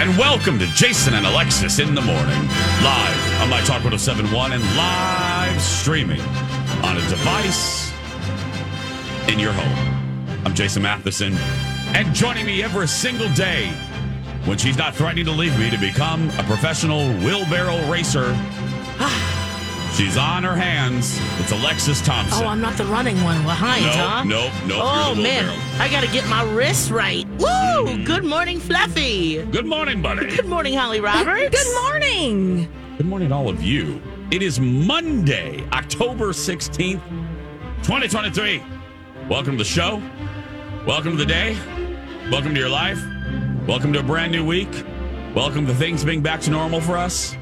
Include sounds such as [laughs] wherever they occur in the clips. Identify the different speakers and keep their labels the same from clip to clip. Speaker 1: And welcome to Jason and Alexis in the morning, live on My Talk 1071 and live streaming on a device in your home. I'm Jason Matheson, and joining me every single day when she's not threatening to leave me to become a professional wheelbarrow racer, [sighs] she's on her hands. It's Alexis Thompson.
Speaker 2: Oh, I'm not the running one. Well, hi,
Speaker 1: Nope,
Speaker 2: Tom.
Speaker 1: nope, nope, you're
Speaker 2: Oh,
Speaker 1: the Mm-hmm.
Speaker 2: man.
Speaker 1: wheelbarrow.
Speaker 2: I got to get my wrists right. Woo! Good morning, Fluffy.
Speaker 1: Good morning, buddy.
Speaker 2: Good morning, Holly Roberts.
Speaker 3: Good morning.
Speaker 1: Good morning, all of you. It is Monday, October 16th, 2023. Welcome to the show. Welcome to the day. Welcome to your life. Welcome to a brand new week. Welcome to things being back to normal for us.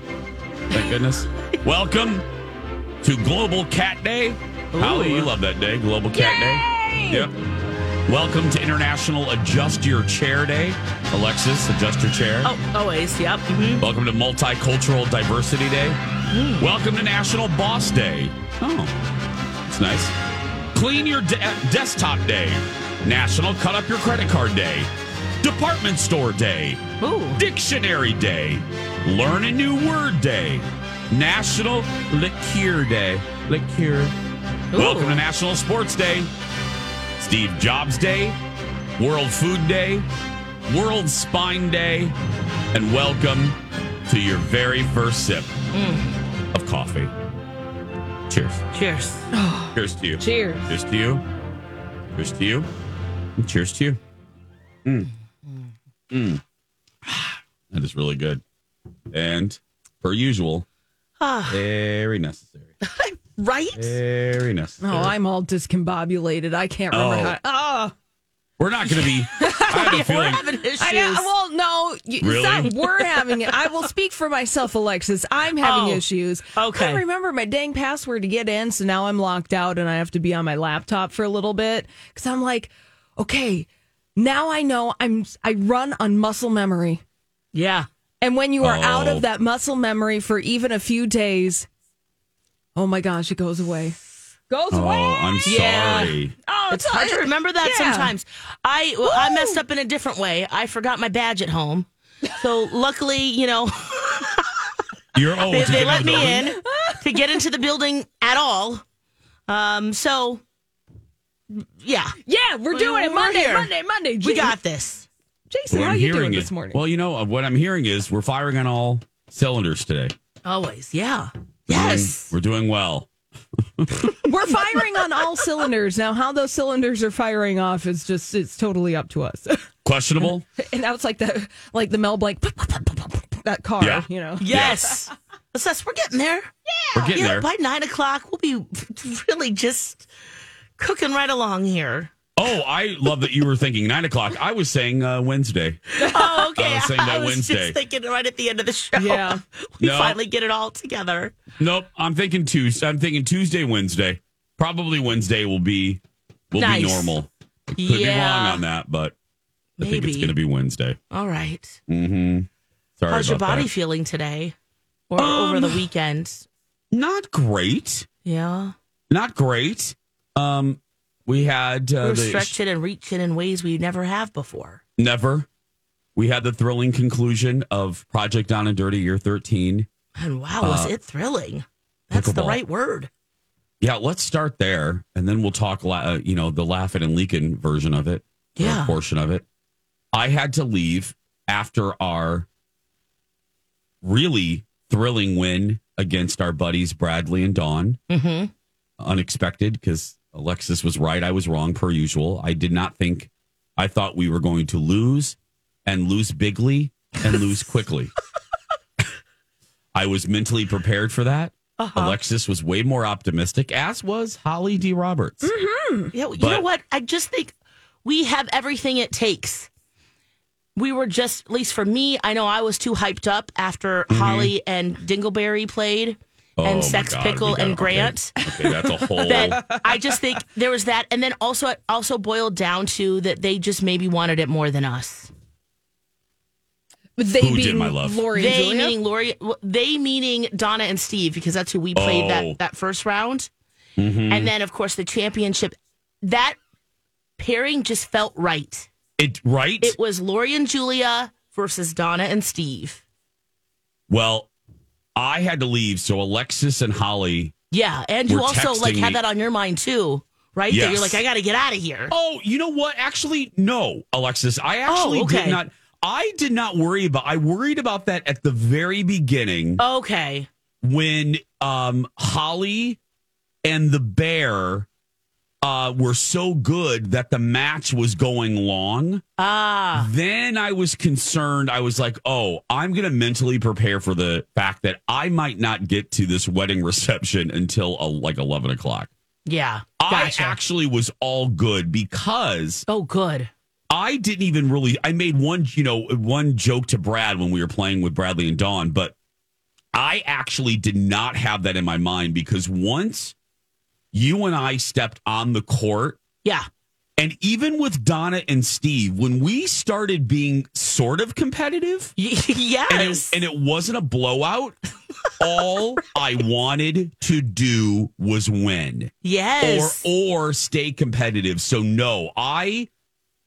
Speaker 1: Thank goodness. Welcome to Global Cat Day. Holly, you love that day, Global Cat Day. Yep. Welcome to International Adjust Your Chair Day. Alexis, adjust your chair.
Speaker 2: Oh, always. Yep. Mhm.
Speaker 1: Welcome to Multicultural Diversity Day. Welcome to National Boss Day. Oh, it's nice. Clean Your de- Desktop Day. National Cut Up Your Credit Card Day. Department Store Day.
Speaker 2: Ooh.
Speaker 1: Dictionary Day. Learn a New Word Day. National Liqueur Day. Liqueur. Welcome to National Sports Day. Steve Jobs Day. World Food Day. World Spine Day. And welcome to your very first sip of coffee. Cheers.
Speaker 2: Cheers.
Speaker 3: Oh.
Speaker 1: Cheers to you.
Speaker 2: Cheers.
Speaker 1: Cheers to you. Cheers to you. And cheers to you. Mm. Mm. [sighs] That is really good. And per usual, very necessary.
Speaker 2: Ah. [laughs] Right?
Speaker 1: Very
Speaker 3: Oh,
Speaker 1: necessary.
Speaker 3: I'm all discombobulated. I can't remember
Speaker 1: Oh.
Speaker 3: how. Oh,
Speaker 1: We're not going to
Speaker 2: [laughs]
Speaker 1: be. I have a
Speaker 2: We're
Speaker 1: feeling.
Speaker 2: having issues.
Speaker 3: I know. Well, no, you,
Speaker 1: Really?
Speaker 3: it's not. We're having it. I will speak for myself, Alexis. I'm having
Speaker 2: Oh,
Speaker 3: issues.
Speaker 2: okay.
Speaker 3: I remember my dang password to get in, so now I'm locked out, and I have to be on my laptop for a little bit because I'm like, okay, now I know I'm. I run on muscle memory,
Speaker 2: yeah.
Speaker 3: and when you are out
Speaker 1: Oh.
Speaker 3: of that muscle memory for even a few days, oh my gosh, it goes away. Goes
Speaker 1: Oh,
Speaker 3: away.
Speaker 1: I'm
Speaker 2: Yeah.
Speaker 1: sorry.
Speaker 3: Oh,
Speaker 2: It's hard to remember that
Speaker 3: yeah.
Speaker 2: sometimes. I well, I messed up in a different way. I forgot my badge at home.
Speaker 3: [laughs]
Speaker 2: So luckily, you know,
Speaker 1: You're old.
Speaker 2: they,
Speaker 1: to
Speaker 2: they
Speaker 1: get
Speaker 2: let
Speaker 1: the
Speaker 2: me
Speaker 1: building?
Speaker 2: in to get into the building at all. Um, so yeah,
Speaker 3: Yeah, we're doing it
Speaker 2: We're
Speaker 3: Monday,
Speaker 2: here.
Speaker 3: Monday, Monday.
Speaker 2: we
Speaker 3: J-
Speaker 2: got this.
Speaker 3: Jason.
Speaker 1: What
Speaker 3: How
Speaker 1: I'm
Speaker 3: you
Speaker 1: hearing
Speaker 3: doing
Speaker 1: is-
Speaker 3: this morning?
Speaker 1: Well, you know uh, what I'm hearing is we're firing on all cylinders today.
Speaker 2: Always, yeah.
Speaker 1: We're doing-
Speaker 2: Yes.
Speaker 1: we're doing well.
Speaker 3: We're firing on all cylinders now. How those cylinders are firing off is just—it's totally up to us. [laughs]
Speaker 1: Questionable.
Speaker 3: and now it's like the like the Mel Blanc that car,
Speaker 1: Yeah.
Speaker 3: you know.
Speaker 2: Mm-hmm. Yes. That's us. We're getting there.
Speaker 1: We're getting
Speaker 2: Yeah,
Speaker 1: there.
Speaker 2: By nine o'clock, we'll be [laughs] really just cooking right along here.
Speaker 1: Oh, I love that you were thinking nine o'clock. I was saying uh, Wednesday.
Speaker 2: Oh, okay.
Speaker 1: [laughs] I was saying that
Speaker 2: was
Speaker 1: Wednesday.
Speaker 2: just thinking right at the end of the show.
Speaker 3: Yeah.
Speaker 2: [laughs] We
Speaker 1: No.
Speaker 2: finally get it all together.
Speaker 1: Nope, I'm thinking Tuesday. I'm thinking Tuesday, Wednesday. Probably Wednesday will be will
Speaker 2: Nice.
Speaker 1: be normal. Could be
Speaker 2: Yeah.
Speaker 1: wrong on that, but I think it's
Speaker 2: Maybe.
Speaker 1: going to be Wednesday.
Speaker 2: All right.
Speaker 1: Mm-hmm. Sorry
Speaker 2: How's your
Speaker 1: about
Speaker 2: body
Speaker 1: that. Um,
Speaker 2: feeling today or over the weekend?
Speaker 1: Not great.
Speaker 2: Yeah.
Speaker 1: Not great. Um, we had uh,
Speaker 2: We're
Speaker 1: the
Speaker 2: stretching and reaching in ways we never have before.
Speaker 1: never. We had the thrilling conclusion of Project Down and Dirty Year 13.
Speaker 2: And wow, was it thrilling? That's the
Speaker 1: Uh, pickleball.
Speaker 2: right word.
Speaker 1: Yeah, let's start there, and then we'll talk. La- uh, you know, the Laughing and Leaking version of it, or
Speaker 2: Yeah.
Speaker 1: portion of it. I had to leave after our really thrilling win against our buddies Bradley and Dawn.
Speaker 2: Mm-hmm.
Speaker 1: Unexpected because Alexis was right. I was wrong, per usual. I did not think, I thought we were going to lose and lose bigly and
Speaker 2: [laughs]
Speaker 1: lose quickly. I was mentally prepared for that.
Speaker 2: Uh-huh.
Speaker 1: Alexis was way more optimistic, as was Holly D. Roberts.
Speaker 2: Mm. Yeah, you know
Speaker 1: But-
Speaker 2: what? I just think we have everything it takes. We were just, at least for me, I know I was too hyped up after Holly and Dingleberry played
Speaker 1: Mm-hmm. Oh my
Speaker 2: and Sex
Speaker 1: God, we
Speaker 2: Pickle
Speaker 1: gotta-
Speaker 2: and Grant.
Speaker 1: Okay, okay, that's
Speaker 2: [laughs]
Speaker 1: a whole.
Speaker 2: That I just think there was that, and then also it also boiled down to that they just maybe wanted it more than us.
Speaker 3: But they
Speaker 1: Who did
Speaker 3: being
Speaker 1: my love?
Speaker 3: Lori and
Speaker 2: They
Speaker 3: Julia?
Speaker 2: meaning Lori, they meaning Donna and Steve because that's who we played
Speaker 1: Oh. Mm-hmm.
Speaker 2: that that first round, and then of course the championship. That pairing just felt right.
Speaker 1: it right.
Speaker 2: It was Lori and Julia versus Donna and Steve.
Speaker 1: well, I had to leave, so Alexis and Holly.
Speaker 2: Yeah, and
Speaker 1: Were
Speaker 2: you also like
Speaker 1: texting me.
Speaker 2: had that on your mind too, right? That
Speaker 1: Yes.
Speaker 2: you're like, I got to get out of here.
Speaker 1: Oh, you know what? Actually, no, Alexis. I actually did
Speaker 2: Oh, okay.
Speaker 1: not. I did not worry about. I worried about that at the very beginning
Speaker 2: Okay,
Speaker 1: when um Holly and the bear uh were so good that the match was going long.
Speaker 2: ah,
Speaker 1: then I was concerned. I was like, oh, I'm going to mentally prepare for the fact that I might not get to this wedding [laughs] reception until uh, like 11 o'clock.
Speaker 2: yeah, gotcha.
Speaker 1: I actually was all good because
Speaker 2: oh, good.
Speaker 1: I didn't even really. I made one, you know, one joke to Brad when we were playing with Bradley and Dawn, but I actually did not have that in my mind because once you and I stepped on the court,
Speaker 2: Yeah, [laughs]
Speaker 1: and even with Donna and Steve, when we started being sort of competitive,
Speaker 2: Y-
Speaker 1: and it,
Speaker 2: yes.
Speaker 1: and it wasn't a blowout, all I wanted to do was win
Speaker 2: yes.
Speaker 1: or or stay competitive. So no, I.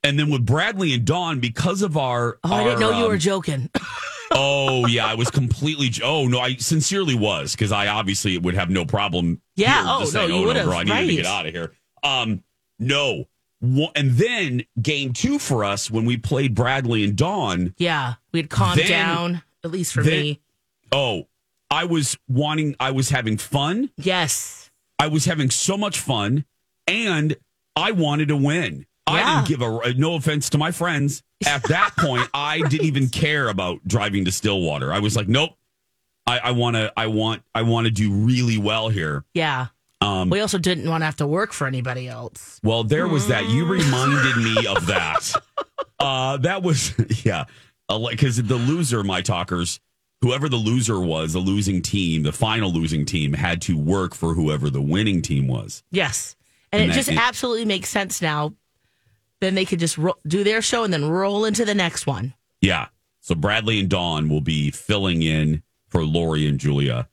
Speaker 1: And then with Bradley and Dawn, because of our,
Speaker 2: oh, I didn't
Speaker 1: our,
Speaker 2: know you
Speaker 1: um,
Speaker 2: were joking. [laughs]
Speaker 1: Oh yeah, I was completely. j- Oh no, I sincerely was because I obviously would have no problem.
Speaker 2: Yeah,
Speaker 1: here
Speaker 2: oh,
Speaker 1: just
Speaker 2: no,
Speaker 1: saying,
Speaker 2: you
Speaker 1: oh,
Speaker 2: would've,
Speaker 1: bro, I need to
Speaker 2: right.
Speaker 1: get out of here. Um, no, Wha- and then game two for us when we played Bradley and Dawn.
Speaker 2: yeah, we had calmed
Speaker 1: Then-
Speaker 2: down at least for
Speaker 1: then-
Speaker 2: me.
Speaker 1: Oh, I was wanting. I was having fun.
Speaker 2: Yes.
Speaker 1: I was having so much fun, and I wanted to win. I
Speaker 2: Yeah.
Speaker 1: didn't give a no offense to my friends. At that point, I didn't even care about driving to Stillwater. I was like, nope. I, I want to. I want. I want to do really well here.
Speaker 2: Yeah. Um, we also didn't want to have to work for anybody else.
Speaker 1: Well, there was that. You reminded me of that. Uh, that was [laughs] yeah, because the loser, my talkers, whoever the loser was, the losing team, the final losing team, had to work for whoever the winning team was.
Speaker 2: Yes. And,
Speaker 1: And
Speaker 2: it
Speaker 1: that-
Speaker 2: just
Speaker 1: it-
Speaker 2: absolutely makes sense now. Then they could just ro- do their show and then roll into the next one.
Speaker 1: Yeah. So Bradley and Dawn will be filling in for Lori and Julia.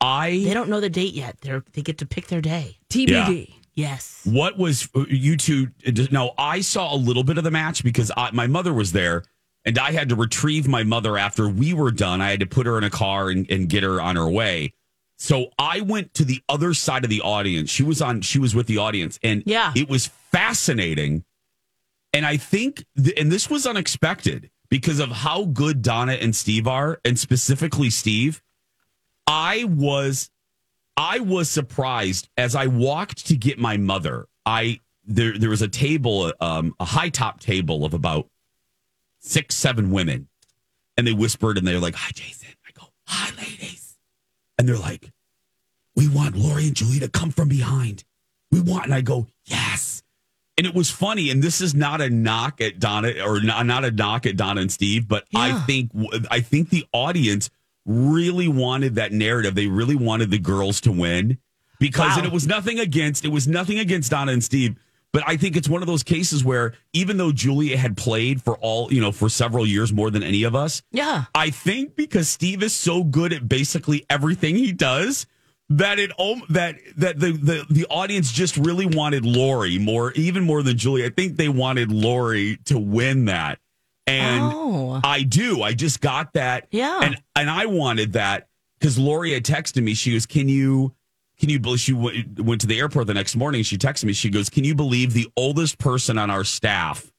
Speaker 2: They
Speaker 1: I
Speaker 2: don't know the date yet. They're, they get to pick their day.
Speaker 3: TBD.
Speaker 2: Yes.
Speaker 1: what was uh, you two? No, I saw a little bit of the match because I, my mother was there, and I had to retrieve my mother after we were done. I had to put her in a car and, and get her on her way. So I went to the other side of the audience. She was on. She was with the audience, and
Speaker 2: Yeah.
Speaker 1: it was fascinating. And I think, th- and this was unexpected because of how good Donna and Steve are, and specifically Steve. I was, I was surprised as I walked to get my mother. I there there was a table, um, a high top table of about six, seven women, and they whispered and they're like, "Hi, Jason." I go, "Hi, ladies," and they're like, "We want Lori and Julie to come from behind. We want," and I go, "Yes." and it was funny and this is not a knock at donna or not, not a knock at donna and steve but i
Speaker 2: Yeah.
Speaker 1: think i think the audience really wanted that narrative they really wanted the girls to win because and
Speaker 2: Wow.
Speaker 1: it was nothing against it was nothing against donna and steve but i think it's one of those cases where even though julia had played for all you know for several years more than any of us
Speaker 2: Yeah.
Speaker 1: I think because Steve is so good at basically everything he does that it om- that that the, the the audience just really wanted Lori more even more than Julie. I think they wanted Lori to win that. And
Speaker 2: oh.
Speaker 1: I do. I just got that.
Speaker 2: Yeah.
Speaker 1: And and I wanted that because Lori had texted me. She goes, "Can you, can you?" bel- She w- went to the airport the next morning. She texted me. She goes, "Can you believe the oldest person on our staff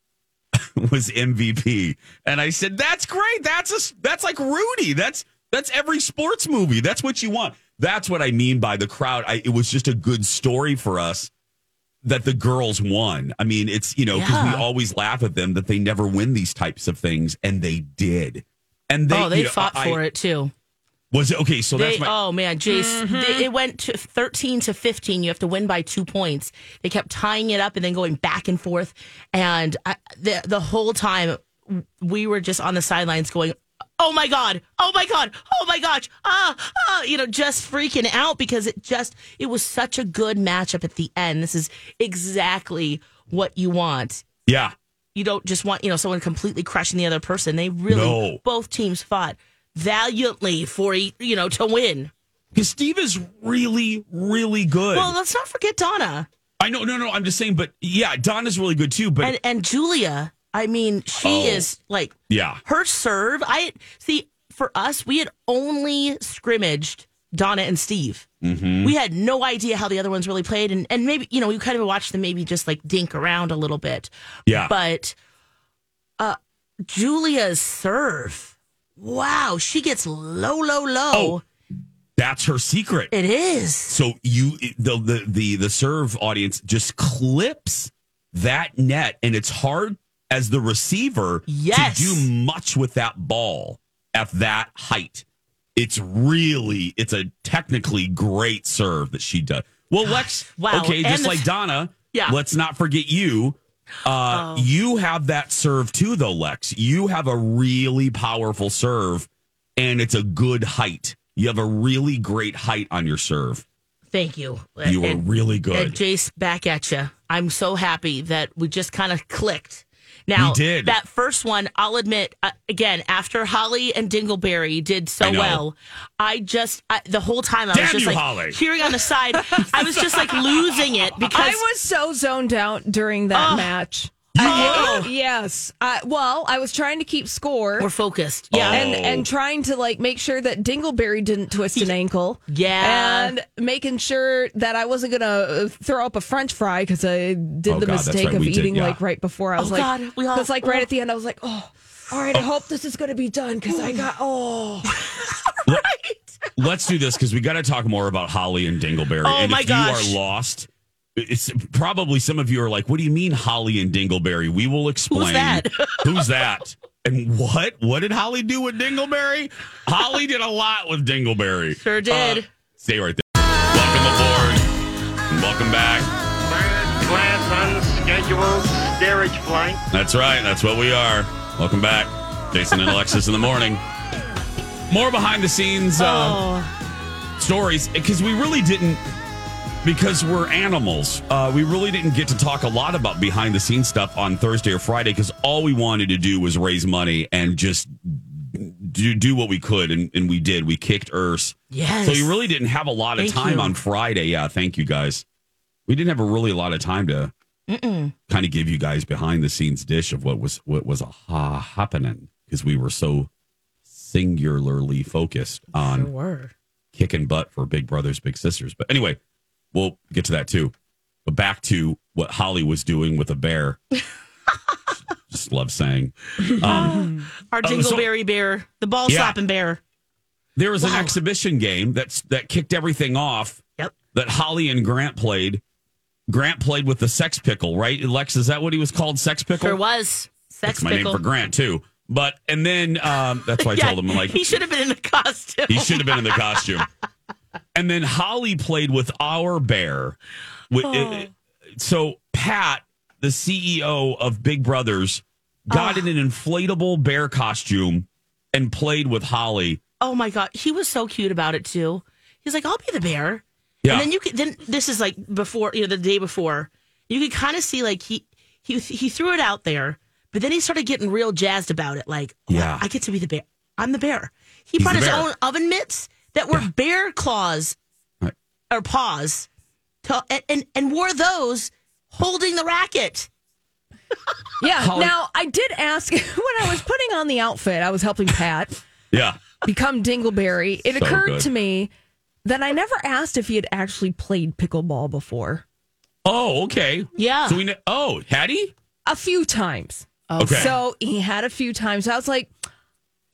Speaker 1: [laughs] was MVP, and I said, "That's great. That's a that's like Rudy. That's that's every sports movie. That's what you want. That's what I mean by the crowd. I, it was just a good story for us that the girls won. I mean, it's you know because
Speaker 2: Yeah.
Speaker 1: we always laugh at them that they never win these types of things, and they did. And they,
Speaker 2: oh, they
Speaker 1: you know,
Speaker 2: fought
Speaker 1: I-
Speaker 2: for it too.
Speaker 1: Was it okay? So
Speaker 2: They,
Speaker 1: that's my
Speaker 2: oh man, Jace, they- it went to thirteen to fifteen. You have to win by two points. They kept tying it up and then going back and forth, and I, the the whole time we were just on the sidelines going, "Oh my god! Oh my god! Oh my gosh! Ah, ah!" You know, just freaking out because it just it was such a good matchup at the end. This is exactly what you want.
Speaker 1: yeah.
Speaker 2: you don't just want you know someone completely crushing the other person. They really
Speaker 1: No.
Speaker 2: both teams fought valiantly for e- you know to win.
Speaker 1: Because Steve is really, really good.
Speaker 2: Well, let's not forget Donna
Speaker 1: I know, no, no. I'm just saying, but yeah, Donna's really good too. But
Speaker 2: and and Julia. I mean, she
Speaker 1: Oh.
Speaker 2: is like
Speaker 1: yeah,
Speaker 2: her serve. I see for us, we had only scrimmaged Donna and Steve.
Speaker 1: Mm-hmm.
Speaker 2: We had no idea how the other ones really played, and and maybe you know we kind of watched them maybe just like dink around a little bit.
Speaker 1: yeah.
Speaker 2: but uh Julia's serve. Wow, she gets low, low, low.
Speaker 1: Oh. That's her secret.
Speaker 2: It is.
Speaker 1: So you, the, the the the serve audience just clips that net, and it's hard as the receiver
Speaker 2: Yes.
Speaker 1: to do much with that ball at that height. It's really, it's a technically great serve that she does. Well, let's
Speaker 2: wow.
Speaker 1: okay,
Speaker 2: And
Speaker 1: just
Speaker 2: the
Speaker 1: like
Speaker 2: f-
Speaker 1: Donna.
Speaker 2: Yeah. Oh.
Speaker 1: Let's not forget you. Uh, You have that serve too, though, Lex. You have a really powerful serve, and it's a good height. You have a really great height on your serve.
Speaker 2: Thank you.
Speaker 1: You were
Speaker 2: And-
Speaker 1: really
Speaker 2: and
Speaker 1: good.
Speaker 2: Jace, back at you. I'm so happy that we just kind of clicked. Now,
Speaker 1: We did.
Speaker 2: that first one, I'll admit, uh, again, after Holly and Dingleberry did so
Speaker 1: I know.
Speaker 2: well, I just, I, the whole time I
Speaker 1: Damn
Speaker 2: was just
Speaker 1: you,
Speaker 2: like
Speaker 1: Holly.
Speaker 2: hearing on the side, I was just like
Speaker 1: [laughs]
Speaker 2: losing it
Speaker 3: I
Speaker 2: because
Speaker 3: was so zoned out during that match.
Speaker 2: I-
Speaker 3: Yes. I, well, I was trying to keep score.
Speaker 2: we're focused. Yeah.
Speaker 1: Oh.
Speaker 3: and and trying to like make sure that Dingleberry didn't twist an ankle.
Speaker 2: Yeah.
Speaker 3: and making sure that I wasn't gonna uh, throw up a French fry because I did
Speaker 1: Oh,
Speaker 3: the
Speaker 1: God, that's
Speaker 3: mistake
Speaker 1: right,
Speaker 3: of
Speaker 1: we did,
Speaker 3: eating
Speaker 1: yeah.
Speaker 3: like right before. I was
Speaker 2: Oh,
Speaker 3: like,
Speaker 2: God, we all-
Speaker 3: because like right at the end, I was like, oh. All right, I hope this is going to be done because I got
Speaker 2: [laughs]
Speaker 3: oh
Speaker 1: Let's do this because we got to talk more about Holly and Dingleberry.
Speaker 2: Oh,
Speaker 1: and
Speaker 2: my
Speaker 1: if
Speaker 2: gosh.
Speaker 1: you are lost, it's probably some of you are like, "What do you mean Holly and Dingleberry?" We will explain.
Speaker 2: that?
Speaker 1: [laughs] Who's that? And what? What did Holly do with Dingleberry? Holly did a lot with Dingleberry. Uh,
Speaker 2: Sure did.
Speaker 1: stay right there. Welcome aboard. Welcome back.
Speaker 4: First class unscheduled steerage flight.
Speaker 1: That's right. That's what we are. Welcome back, Jason and Alexis in the morning. More behind the scenes. Uh,
Speaker 2: oh.
Speaker 1: stories because we really didn't because we're animals uh, we really didn't get to talk a lot about behind the scenes stuff on thursday or friday because all we wanted to do was raise money and just do, do what we could and, and we did we kicked earth
Speaker 2: Yes.
Speaker 1: so you really didn't have a lot of
Speaker 2: Thank
Speaker 1: time
Speaker 2: you.
Speaker 1: on friday yeah thank you guys we didn't have a really lot of time to kind of give you guys behind the scenes dish of what was what was a ha- happening because we were so singularly focused on
Speaker 2: were.
Speaker 1: kicking butt for Big Brothers Big Sisters. But anyway, we'll get to that too. But back to what Holly was doing with a
Speaker 2: [laughs]
Speaker 1: bear. Just love saying. Um,
Speaker 2: Our
Speaker 1: Oh, so-
Speaker 2: Dingleberry Bear, the ball
Speaker 1: Yeah.
Speaker 2: slapping bear.
Speaker 1: there was an
Speaker 2: Wow.
Speaker 1: exhibition game that's that kicked everything off.
Speaker 2: Yep.
Speaker 1: That Holly and Grant played. Grant played with the sex pickle, right? Lex, is that what he was called? Sex pickle.
Speaker 2: There was sex
Speaker 1: that's my
Speaker 2: pickle.
Speaker 1: name for Grant too. But and then um, that's
Speaker 2: [laughs]
Speaker 1: why I told him I'm like
Speaker 2: he should have been in the costume.
Speaker 1: He should have been in the
Speaker 2: [laughs]
Speaker 1: costume. And then Holly played with our bear. Wi-
Speaker 2: Oh.
Speaker 1: it- it- So Pat, the CEO of Big Brothers, got
Speaker 2: Ah.
Speaker 1: in an inflatable bear costume and played with Holly.
Speaker 2: oh my god, he was so cute about it too. He's like, "I'll be the bear."
Speaker 1: Yeah.
Speaker 2: And then you could then this is like before, you know, the day before. You could kind of see like he he he threw it out there, but then he started getting real jazzed about it like, oh,
Speaker 1: Yeah.
Speaker 2: I get to be the bear. I'm the bear." He
Speaker 1: He's
Speaker 2: brought
Speaker 1: the
Speaker 2: his
Speaker 1: bear.
Speaker 2: own oven mitts that were bear claws
Speaker 1: Right.
Speaker 2: or paws to, and, and and wore those holding the racket.
Speaker 3: yeah.
Speaker 1: Holly-
Speaker 3: Now I did ask [laughs] when I was putting on the outfit, I was helping Pat
Speaker 1: yeah.
Speaker 3: become Dingleberry. It
Speaker 1: So
Speaker 3: occurred
Speaker 1: good.
Speaker 3: to me that I never asked if he had actually played pickleball before.
Speaker 1: Oh, okay.
Speaker 2: Yeah.
Speaker 1: So we know. Oh, had he?
Speaker 3: A few times.
Speaker 1: Okay.
Speaker 3: So he had a few times. I was like,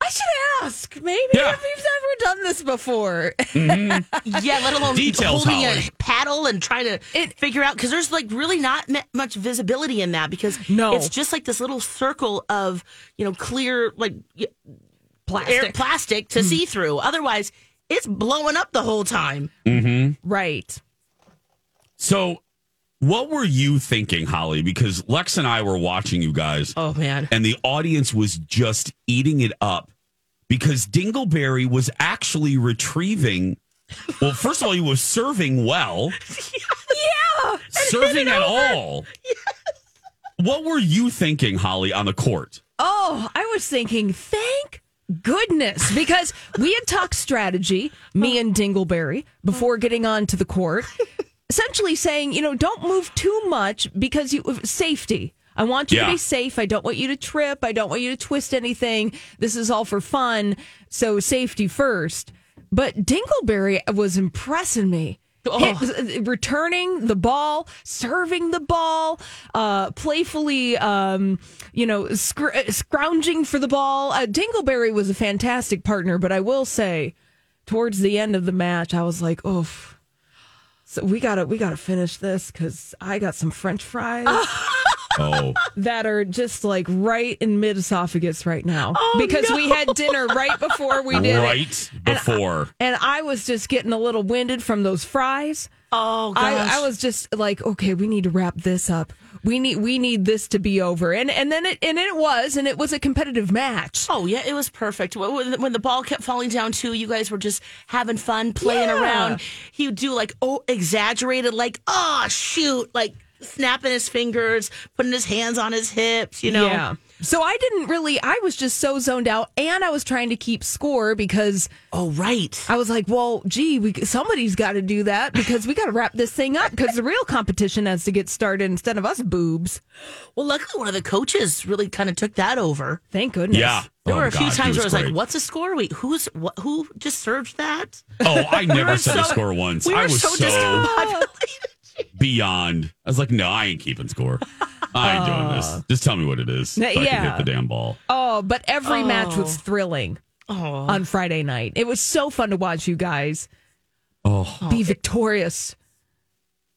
Speaker 3: I should ask. Maybe
Speaker 1: Yeah.
Speaker 3: if he's ever done this before. [laughs]
Speaker 2: Yeah, let alone
Speaker 1: Details,
Speaker 2: holding
Speaker 1: Holly.
Speaker 2: a paddle and trying to figure out because there's like really not m- much visibility in that because
Speaker 3: No.
Speaker 2: it's just like this little circle of you know clear like y- air, plastic to see through. Otherwise, it's blowing up the whole time.
Speaker 3: right.
Speaker 1: So, what were you thinking, Holly? Because Lex and I were watching you guys,
Speaker 2: Oh man,
Speaker 1: and the audience was just eating it up because Dingleberry was actually retrieving. Well, first of all, he was serving
Speaker 2: [laughs]
Speaker 1: well.
Speaker 3: Yeah.
Speaker 1: serving at all. What were you thinking, Holly, on the court?
Speaker 3: Oh, I was thinking, thank goodness, because we had talked strategy, me and Dingleberry, before getting on to the court, essentially saying, you know, don't move too much because you safety. I want you
Speaker 1: Yeah.
Speaker 3: to be safe. I don't want you to trip. I don't want you to twist anything. This is all for fun. So safety first. But Dingleberry was impressing me. Hit- returning the ball, serving the ball, uh, playfully, um, you know, scr- uh, scrounging for the ball. Uh, Dingleberry was a fantastic partner, but I will say, towards the end of the match, I was like, oof. So we gotta we gotta finish this because I got some French fries
Speaker 1: Oh,
Speaker 2: [laughs]
Speaker 3: that are just like right in mid esophagus right now
Speaker 2: Oh,
Speaker 3: because we had dinner right before we did it.
Speaker 1: right
Speaker 2: uh,
Speaker 1: before.
Speaker 3: and I was just getting a little winded from those fries.
Speaker 2: oh gosh,
Speaker 3: I, I was just like, okay, we need to wrap this up. We need we need this to be over. And and then it and it was and it was a competitive match.
Speaker 2: Oh yeah, it was perfect. When- When when the ball kept falling down too, you guys were just having fun, playing
Speaker 3: Yeah.
Speaker 2: around. He would do like oh exaggerated, like oh shoot, like snapping his fingers, putting his hands on his hips. You know,
Speaker 3: Yeah. So I didn't really I was just so zoned out and I was trying to keep score because
Speaker 2: oh right,
Speaker 3: I was like, well, gee, we somebody's got to do that because we got to wrap this thing up because the real competition has to get started instead of us boobs.
Speaker 2: Well, luckily, one of the coaches really kind of took that over.
Speaker 3: Thank goodness.
Speaker 1: yeah.
Speaker 2: There
Speaker 1: Oh,
Speaker 2: were a few
Speaker 1: God, he
Speaker 2: times where I was like,
Speaker 1: great.
Speaker 2: "What's a score? Wait, who's what? Who just served that?"
Speaker 1: Oh,
Speaker 2: [laughs]
Speaker 1: I never said
Speaker 2: so-
Speaker 1: a score once.
Speaker 2: We were
Speaker 1: I was
Speaker 2: so,
Speaker 1: so,
Speaker 2: discombobulated.
Speaker 1: beyond. I was like, no, I ain't keeping score. I ain't
Speaker 2: [laughs]
Speaker 1: doing this. Just tell me what it is. So I can
Speaker 3: yeah.
Speaker 1: hit the damn ball.
Speaker 3: Oh, but every match was thrilling
Speaker 2: Oh,
Speaker 3: on Friday night. It was so fun to watch you guys
Speaker 1: Oh,
Speaker 3: be victorious.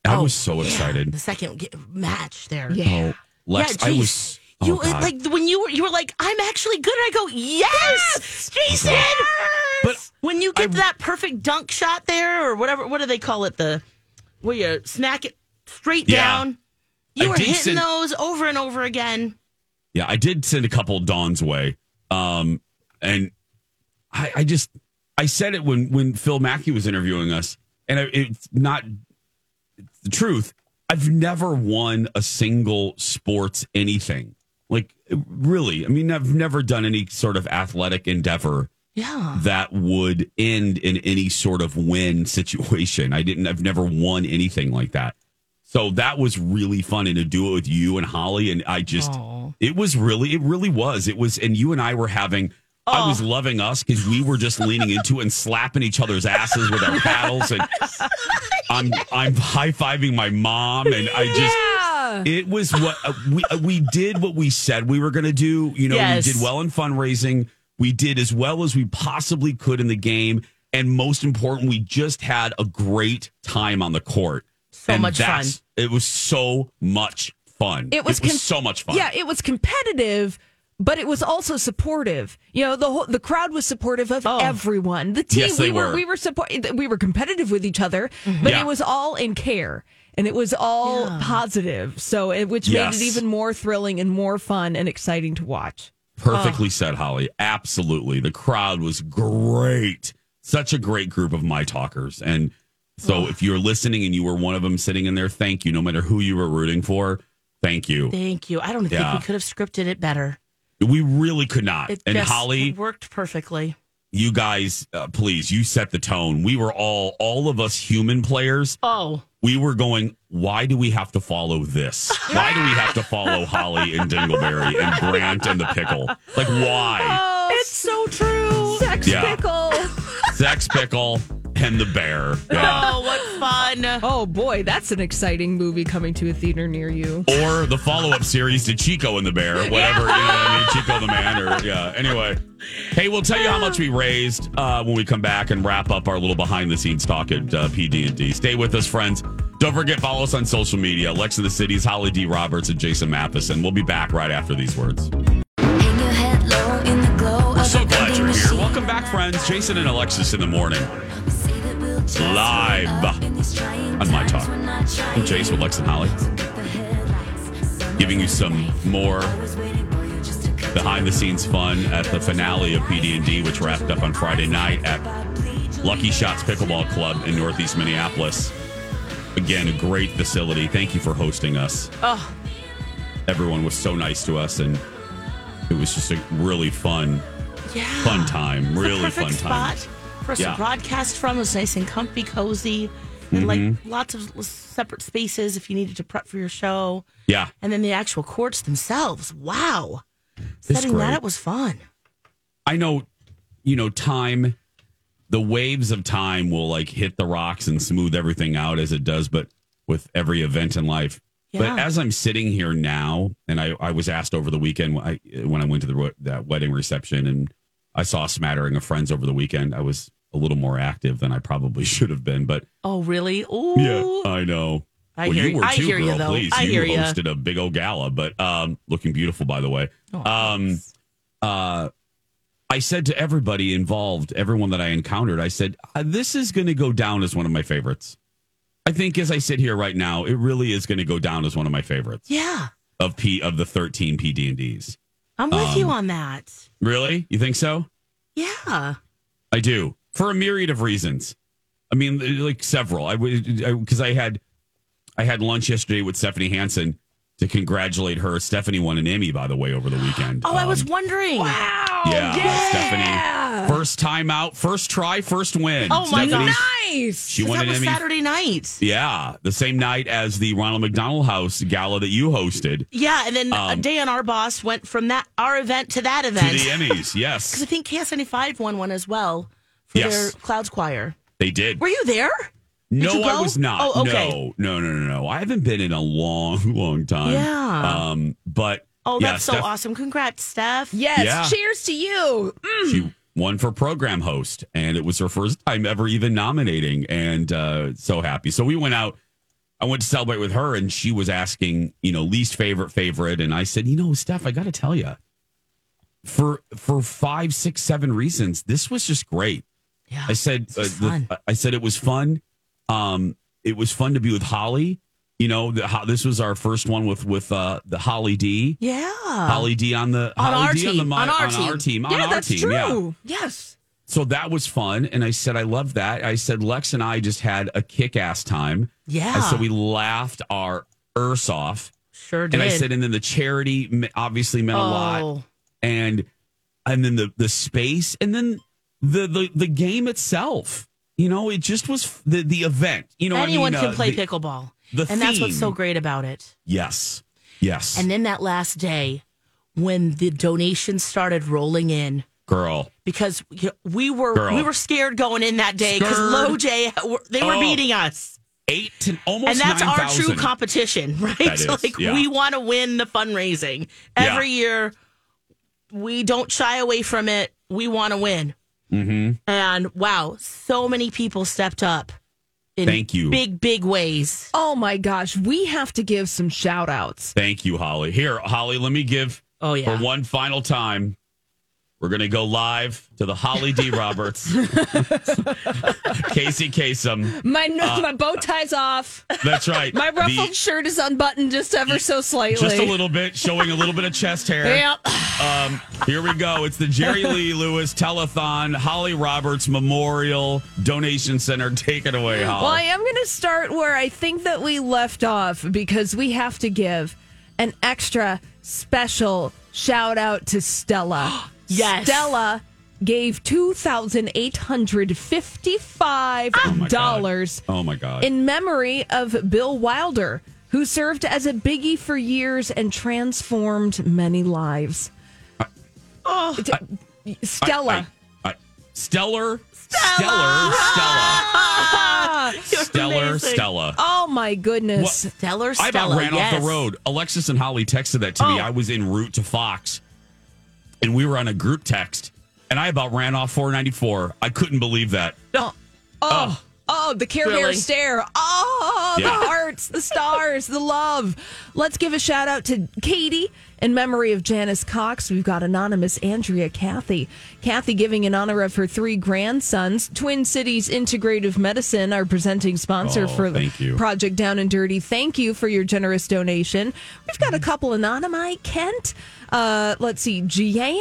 Speaker 1: I was so excited.
Speaker 2: the second ge- match there.
Speaker 3: Yeah.
Speaker 1: Oh, Lex,
Speaker 2: Oh. yeah,
Speaker 1: I
Speaker 2: geez.
Speaker 1: was. Oh,
Speaker 2: you uh,
Speaker 1: God.
Speaker 2: like when you were you were like I'm actually good. And I go yes, Jason.
Speaker 1: But
Speaker 2: when you get that perfect dunk shot there or whatever, what do they call it? The where you smack it straight
Speaker 1: Yeah.
Speaker 2: down. You
Speaker 1: I
Speaker 2: were
Speaker 1: did
Speaker 2: hitting
Speaker 1: send-
Speaker 2: those over and over again.
Speaker 1: Yeah, I did send a couple Dawn's way. Um, and I, I just I said it when when Phil Mackey was interviewing us, and I, it's not it's the truth. I've never won a single sports anything. Like really, I mean, I've never done any sort of athletic endeavor
Speaker 2: Yeah.
Speaker 1: that would end in any sort of win [laughs] situation. I didn't. I've never won anything like that. So that was really fun, and to do it with you and Holly, and I just, it was really, it really was. It was, and you and I were having. I was loving us because we were just leaning into and slapping each other's asses with our paddles, and I'm I'm high fiving my mom, and I just
Speaker 3: Yeah.
Speaker 1: it was what uh, we uh, we did what we said we were going to do. You know,
Speaker 2: Yes.
Speaker 1: we did well in fundraising. We did as well as we possibly could in the game, and most important, we just had a great time on the court. So
Speaker 2: much fun.
Speaker 1: It was so much fun.
Speaker 3: It was, con-
Speaker 1: so much fun.
Speaker 3: Yeah, it was competitive, but it was also supportive. You know, the whole the crowd was supportive of everyone. The team
Speaker 1: Yes,
Speaker 3: we
Speaker 1: they
Speaker 3: were,
Speaker 1: were. Mm-hmm.
Speaker 3: we were support we were competitive with each other, but
Speaker 1: Yeah.
Speaker 3: it was all in care and it was all positive. So it, which
Speaker 1: Yes.
Speaker 3: made it even more thrilling and more fun and exciting to watch.
Speaker 1: Perfectly said, Holly. Absolutely. The crowd was great. Such a great group of my talkers. And so if you're listening and you were one of them sitting in there, thank you. No matter who you were rooting for, thank you.
Speaker 2: Thank you. I don't
Speaker 1: Yeah.
Speaker 2: think we could have scripted it better.
Speaker 1: We really could not.
Speaker 2: It
Speaker 1: and
Speaker 2: just-
Speaker 1: Holly,
Speaker 2: it worked perfectly.
Speaker 1: you guys, uh, please, you set the tone. We were all, all of us human players,
Speaker 2: Oh,
Speaker 1: we were going, why do we have to follow this? Why do we have to follow Holly and Dingleberry and Brant and the pickle? Like, why?
Speaker 2: [laughs]
Speaker 3: Oh, it's so true. Sex
Speaker 1: Yeah. [laughs]
Speaker 3: pickle.
Speaker 1: Sex pickle. and the bear. Yeah.
Speaker 2: Oh, what
Speaker 1: [laughs]
Speaker 2: fun.
Speaker 3: Oh boy, that's an exciting movie coming to a theater near you.
Speaker 1: or the follow up series to Chico and the
Speaker 5: [laughs]
Speaker 1: Bear, whatever, you know what I mean? Chico the Man, or yeah. Anyway, hey, we'll tell you how
Speaker 5: Ah.
Speaker 1: much we raised uh, when we come back and wrap up our little behind the scenes talk at uh, PD&D. Stay with us, friends. Don't forget, follow us on social media. Lex of the Cities, Holly D. Roberts, and Jason Matheson. We'll be back right after these words.
Speaker 5: Hang your head low in the glow of
Speaker 1: So
Speaker 5: a
Speaker 1: glad
Speaker 5: vending
Speaker 1: you're here.
Speaker 5: machine.
Speaker 1: Welcome back, friends. Jason and Alexis in the morning.
Speaker 5: Say that we'll just
Speaker 1: Live
Speaker 5: live up in these trying
Speaker 1: on My
Speaker 5: times.
Speaker 1: Talk.
Speaker 5: We're not
Speaker 1: I'm
Speaker 5: trying
Speaker 1: Jason with Lex and Holly,
Speaker 5: to get the headlights. Sunrise
Speaker 1: giving you some more
Speaker 5: was waiting for you just to come
Speaker 1: behind the scenes fun at the finale of PD&D, which wrapped up on Friday night at Lucky Shots Pickleball Club in Northeast Minneapolis. Again, a great facility. Thank you for hosting us.
Speaker 2: Oh.
Speaker 1: Everyone was so nice to us, and it was just a really fun,
Speaker 2: Yeah. [gasps]
Speaker 1: fun time.
Speaker 2: It's a
Speaker 1: Really
Speaker 2: perfect
Speaker 1: fun time.
Speaker 2: spot for us
Speaker 1: Yeah.
Speaker 2: to broadcast from. It's nice and comfy, cozy, and like
Speaker 1: Mm-hmm.
Speaker 2: lots of separate spaces if you needed to prep for your show.
Speaker 1: Yeah.
Speaker 2: And then the actual courts themselves. Wow.
Speaker 1: It's
Speaker 2: Setting
Speaker 1: great.
Speaker 2: that up was fun.
Speaker 1: I know, you know, time, the waves of time will like hit the rocks and smooth everything out as it does, but with every event in life. But
Speaker 2: Yeah.
Speaker 1: as I'm sitting here now, and I, I was asked over the weekend when I, when I went to the ro- that wedding reception and I saw a smattering of friends over the weekend, I was a little more active than I probably [laughs] should have been. But
Speaker 2: Oh, really? Ooh.
Speaker 1: yeah, I know.
Speaker 2: I hear
Speaker 1: you
Speaker 2: you.
Speaker 1: were
Speaker 2: I
Speaker 1: too,
Speaker 2: hear you,
Speaker 1: girl.
Speaker 2: though.
Speaker 1: Please,
Speaker 2: I
Speaker 1: you
Speaker 2: hear ya.
Speaker 1: hosted a big old gala, but um, looking beautiful, by the way.
Speaker 2: Oh,
Speaker 1: um, uh, I said to everybody involved, everyone that I encountered, I said, "Uh, "This is going to go down as one of my favorites." I think as I sit here right now, it really is going to go down as one of my favorites
Speaker 2: Yeah.
Speaker 1: of P of the thirteen PD and Ds.
Speaker 2: I'm with you
Speaker 1: Um,
Speaker 2: on that.
Speaker 1: Really, you think so?
Speaker 2: Yeah.
Speaker 1: I do for a myriad of reasons. I mean, like several. I would because I had I had lunch yesterday with Stephanie Hansen to congratulate her. Stephanie won an Emmy, by the way, over the weekend.
Speaker 2: Oh, I was
Speaker 1: Um,
Speaker 2: wondering.
Speaker 1: yeah, Stephanie. First time out, first try, first win.
Speaker 2: Oh, my
Speaker 1: Stephanie,
Speaker 2: gosh.
Speaker 3: Nice.
Speaker 1: She won
Speaker 2: that
Speaker 1: an
Speaker 2: was
Speaker 1: Emmy.
Speaker 2: Saturday night.
Speaker 1: Yeah, the same night as the Ronald McDonald House gala that you hosted
Speaker 2: Yeah, and then
Speaker 1: Um,
Speaker 2: um, Dan, our boss, went from that our event to that
Speaker 1: to
Speaker 2: event.
Speaker 1: the Emmys.
Speaker 2: Because I [laughs]
Speaker 1: Yes,
Speaker 2: think KS95 won one as well for
Speaker 1: Yes.
Speaker 2: their Clouds Choir.
Speaker 1: they did.
Speaker 2: Were you there?
Speaker 1: No,
Speaker 2: you
Speaker 1: I
Speaker 2: go?
Speaker 1: was not.
Speaker 2: Oh, okay.
Speaker 1: No, no, no, no, no. I haven't been in a long, [laughs] long time.
Speaker 2: Yeah.
Speaker 1: Um, but
Speaker 2: Oh,
Speaker 1: yeah,
Speaker 2: that's so
Speaker 1: Steph-
Speaker 2: awesome. Congrats, Steph.
Speaker 3: Yes.
Speaker 1: Yeah.
Speaker 3: Cheers to you. Mm,
Speaker 1: She won for program host, and it was her first time ever even nominating, and uh, so happy. So we went out. I went to celebrate with her, and she was asking, you know, least favorite, favorite, and I said, you know, Steph, I got to tell you, for for five, six, seven reasons, this was just great.
Speaker 2: Yeah.
Speaker 1: I said, uh,
Speaker 2: was
Speaker 1: the-
Speaker 2: fun.
Speaker 1: I said it was fun. Um, it was fun to be with Holly. You know, the, ho- this was our first one with with uh, the Holly D.
Speaker 2: Yeah.
Speaker 1: Holly D on the
Speaker 2: Uh-huh. On
Speaker 1: Holly
Speaker 2: our
Speaker 1: D
Speaker 2: team.
Speaker 1: mi-
Speaker 2: On our
Speaker 1: on our
Speaker 2: team.
Speaker 1: team on
Speaker 3: yeah,
Speaker 1: our
Speaker 3: that's
Speaker 1: team,
Speaker 3: true.
Speaker 1: yeah.
Speaker 3: Yes.
Speaker 1: So that was fun. And I said, I love that. I said, Lex and I just had a kick ass time.
Speaker 2: Yeah.
Speaker 1: And so we laughed our earth off.
Speaker 2: sure did.
Speaker 1: And I said, and then the charity me- obviously meant a lot.
Speaker 2: Oh.
Speaker 1: And and then the the space and then the the, the game itself. You know, it just was f- the the event. You know, I
Speaker 2: anyone
Speaker 1: mean,
Speaker 2: can
Speaker 1: uh,
Speaker 2: play
Speaker 1: the-
Speaker 2: pickleball.
Speaker 1: the
Speaker 2: and that's what's so
Speaker 1: theme.
Speaker 2: great about it.
Speaker 1: Yes. Yes.
Speaker 2: And then that last day when the donations started rolling in.
Speaker 1: girl.
Speaker 2: Because you know, we were
Speaker 1: Girl.
Speaker 2: we were scared going in that day because
Speaker 1: Scared.
Speaker 2: Low J they were
Speaker 1: Oh.
Speaker 2: beating us.
Speaker 1: Eight to almost
Speaker 2: and that's our
Speaker 1: 9,000.
Speaker 2: true competition, [laughs] right?
Speaker 1: That
Speaker 2: so
Speaker 1: is,
Speaker 2: like
Speaker 1: yeah.
Speaker 2: we want to win the fundraising every year. We don't shy away from it. We want to win. Mm-hmm. And wow, so many people stepped up. In
Speaker 1: Thank you.
Speaker 2: Big big ways. [laughs]
Speaker 3: Oh my gosh, we have to give some shout outs.
Speaker 1: Thank you, Holly. Here, Holly, let me give
Speaker 2: Oh, yeah.
Speaker 1: for one final time. We're going to go live to the Holly D.
Speaker 2: [laughs]
Speaker 1: Roberts, [laughs] Casey Kasem.
Speaker 3: My my bow tie's off.
Speaker 1: That's right.
Speaker 3: My
Speaker 1: Uh, The-
Speaker 3: ruffled shirt is unbuttoned just ever so slightly.
Speaker 1: just a little bit, showing a little bit of chest hair.
Speaker 3: Yep.
Speaker 1: Um, here we go. It's the Jerry Lee Lewis Telethon, Holly Roberts Memorial Donation Center. Take it away, Holly.
Speaker 3: Well, I am going to start where I think that we left off because we have to give an extra special shout out
Speaker 1: [gasps]
Speaker 3: to Stella.
Speaker 2: Yes.
Speaker 3: Stella gave $2,855
Speaker 1: Oh my God.
Speaker 3: in memory of Bill Wilder, who served as a biggie for years and transformed many lives. It- Stella.
Speaker 1: I- Stellar. Stellar. Stella. Stellar
Speaker 2: amazing.
Speaker 1: Stella.
Speaker 3: Oh my goodness.
Speaker 1: What-
Speaker 2: Stellar
Speaker 1: I
Speaker 2: Stella.
Speaker 1: about ran off
Speaker 2: yes.
Speaker 1: the road. Alexis and Holly texted that to me.
Speaker 2: Oh.
Speaker 1: I was en route to Fox, and we were on a group text, and I about ran off 494. I couldn't believe that.
Speaker 3: Oh, oh, oh, the Care Bear
Speaker 2: Really?
Speaker 3: stare. Oh, the
Speaker 1: Yeah.
Speaker 3: hearts, the stars, the love. Let's give a shout out to Katie in memory of Janice Cox. We've got anonymous Andrea Kathy. Kathy giving in honor of her three grandsons. Twin Cities Integrative Medicine, our presenting sponsor
Speaker 1: Oh,
Speaker 3: for
Speaker 1: thank you.
Speaker 3: Project Down and Dirty. Thank you for your generous donation. We've got a couple anonymous Kent. Uh, let's see, Jeanne,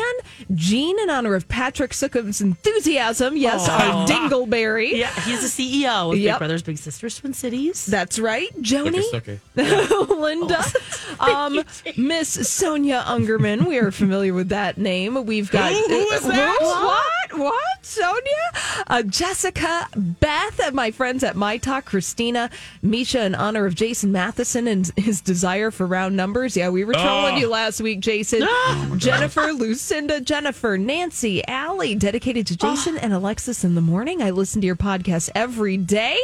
Speaker 3: Jean in honor of Patrick Suckum's enthusiasm. Yes,
Speaker 1: [laughs]
Speaker 3: our Dingleberry.
Speaker 2: Yeah, he's the CEO of
Speaker 3: Yep.
Speaker 2: Big Brothers Big Sisters Twin Cities.
Speaker 3: That's right, Joni, [laughs]
Speaker 6: okay. Oh.
Speaker 3: Linda,
Speaker 6: [laughs]
Speaker 3: um, Miss Sonia Ungerman. We are familiar with that name. We've got uh,
Speaker 1: who is
Speaker 3: Who?
Speaker 2: that?
Speaker 3: What? What? Sonia, uh, Jessica, Beth, and my friends at My Talk, Christina, Misha, in honor of Jason Matheson and his desire for round numbers. Yeah, we were trolling
Speaker 1: Oh.
Speaker 3: you last week, Jason. Jennifer, Lucinda, Jennifer, Nancy, Allie, dedicated to Jason and Alexis in the morning. I listen to your podcast every day.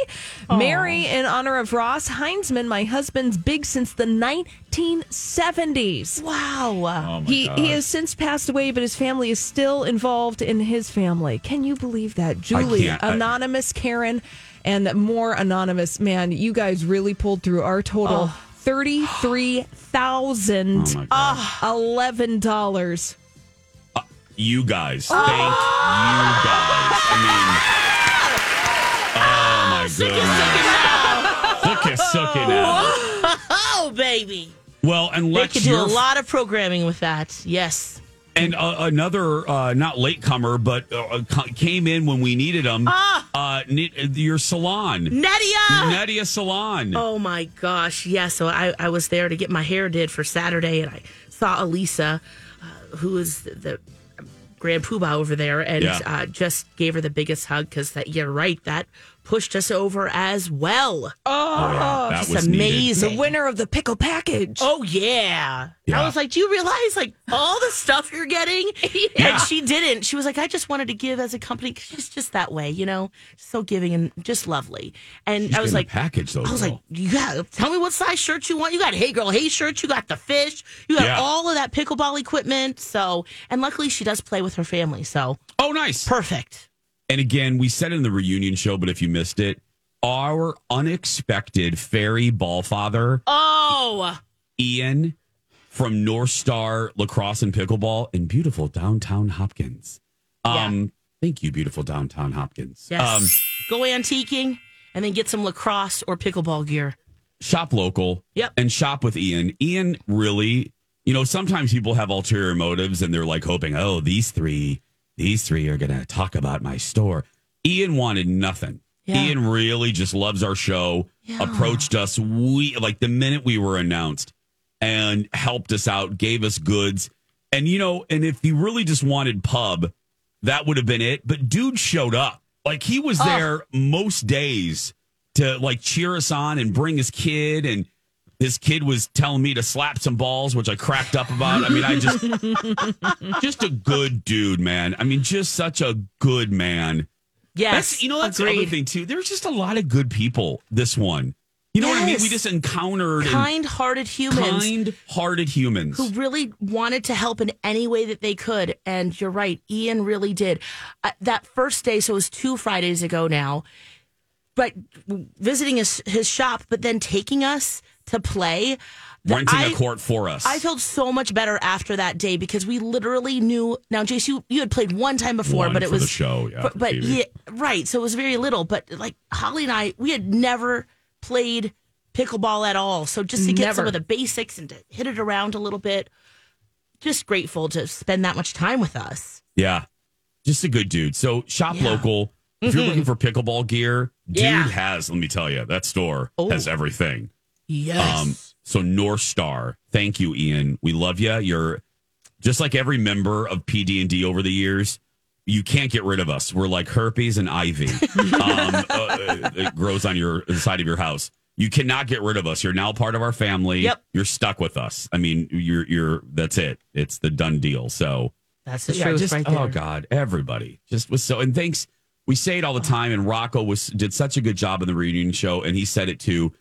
Speaker 3: Mary, in honor of Ross Heinzman, my husband's big since the 1970s.
Speaker 1: Oh,
Speaker 2: Wow.
Speaker 3: He, he has since passed away, but his family is still involved in his family. Can you believe that? Julie,
Speaker 1: can't. I-
Speaker 3: anonymous Karen, and more anonymous. Man, you guys really pulled through our total
Speaker 1: Oh my
Speaker 3: $33,011.
Speaker 1: God. you guys.
Speaker 3: [gasps]
Speaker 2: Oh!
Speaker 1: Thank you guys. I mean, oh my god. Suck it, suck it
Speaker 2: [laughs]
Speaker 1: out.
Speaker 2: Oh, baby.
Speaker 1: Well, and
Speaker 2: They
Speaker 1: Lex,
Speaker 2: could do a
Speaker 1: you're-
Speaker 2: lot of programming with that. Yes.
Speaker 1: and uh, another uh, not latecomer, but uh, co- came in when we needed him.
Speaker 2: Ah!
Speaker 1: Uh, ne- your salon,
Speaker 2: Nadia!
Speaker 1: Nadia Salon.
Speaker 2: Oh my gosh, yeah. So I, I was there to get my hair did for Saturday, and I saw Elisa, uh, who is the, the grand poobah over there, and
Speaker 1: Yeah.
Speaker 2: uh, just gave her the biggest hug because that you're right, that pushed us over as well.
Speaker 1: Oh, yeah, that
Speaker 2: It's
Speaker 1: was needed.
Speaker 2: amazing.
Speaker 3: The winner of the pickle package.
Speaker 2: Oh yeah.
Speaker 1: Yeah.
Speaker 2: I was like, do you realize like all the stuff you're getting?
Speaker 1: Yeah.
Speaker 2: And she didn't. She was like, I just wanted to give as a company 'cause she's just that way, you know, so giving and just lovely. And I was
Speaker 1: getting a
Speaker 2: like,
Speaker 1: package, though,
Speaker 2: I was
Speaker 1: girl.
Speaker 2: like, yeah. Tell me what size shirt you want. You got hey girl, hey shirt. You got the fish. You got
Speaker 1: Yeah.
Speaker 2: all of that pickleball equipment. So and luckily she does play with her family. So
Speaker 1: Oh, nice.
Speaker 2: perfect.
Speaker 1: And again, we said in the reunion show, but if you missed it, our unexpected fairy ball father,
Speaker 2: Oh,
Speaker 1: Ian from North Star Lacrosse and Pickleball in beautiful downtown Hopkins. Um, Thank you, beautiful downtown Hopkins.
Speaker 2: yes. Go antiquing and then get some lacrosse or pickleball gear.
Speaker 1: shop local
Speaker 2: Yep.
Speaker 1: and shop with Ian. Ian really, you know, sometimes people have ulterior motives and they're like hoping, oh, these three, these three are going to talk about my store. Ian wanted nothing.
Speaker 2: Yeah.
Speaker 1: Ian really just loves our show, approached us we like the minute we were announced and helped us out, gave us goods. And you know, and if he really just wanted pub, that would have been it. But dude showed up. Like he was there most days to like cheer us on and bring his kid and his kid was telling me to slap some balls, which I cracked up about. I mean, I just
Speaker 2: [laughs]
Speaker 1: just a good dude, man. I mean, just such a good man.
Speaker 2: Yes.
Speaker 1: That's you know that's the
Speaker 2: agreed.
Speaker 1: other thing too. There's just a lot of good people. This one, you know what I mean.
Speaker 2: Yes.
Speaker 1: We just encountered and
Speaker 2: kind-hearted humans
Speaker 1: kind-hearted humans.
Speaker 2: who really wanted to help in any way that they could. And you're right, Ian really did. Uh, that first day, so it was two Fridays ago now, but visiting his, his shop, but then taking us to play. that
Speaker 1: renting
Speaker 2: I-
Speaker 1: a court for us.
Speaker 2: I felt so much better after that day because we literally knew. Now, Jace, you, you had played one time before,
Speaker 1: One
Speaker 2: but it
Speaker 1: for
Speaker 2: was
Speaker 1: the show, yeah,
Speaker 2: But,
Speaker 1: for
Speaker 2: but
Speaker 1: TV.
Speaker 2: yeah, right, so it was very little. But like Holly and I, we had never played pickleball at all. So just to get some
Speaker 3: Never.
Speaker 2: of the basics and to hit it around a little bit, just grateful to spend that much time with us.
Speaker 1: yeah, just a good dude. So shop
Speaker 2: Yeah. Mm-hmm.
Speaker 1: local. If you're looking for pickleball gear, dude
Speaker 2: Yeah. Oh.
Speaker 1: has. Let me tell you, that store has everything.
Speaker 2: Yes.
Speaker 1: Um, so North Star, thank you, Ian. We love you. You're just like every member of PD and D over the years. You can't get rid of us. We're like herpes and
Speaker 2: [laughs]
Speaker 1: ivy. um, uh, it grows on your the side of your house. You cannot get rid of us. You're now part of our family.
Speaker 2: Yep.
Speaker 1: You're stuck with us. I mean, you're you're that's it. It's the done deal. So
Speaker 2: That's the
Speaker 1: yeah,
Speaker 2: truth
Speaker 1: just-
Speaker 2: right there.
Speaker 1: Oh God, everybody just was so. And thanks, we say it all the time, and Rocco was did such a good job in the reunion show, and he said it too.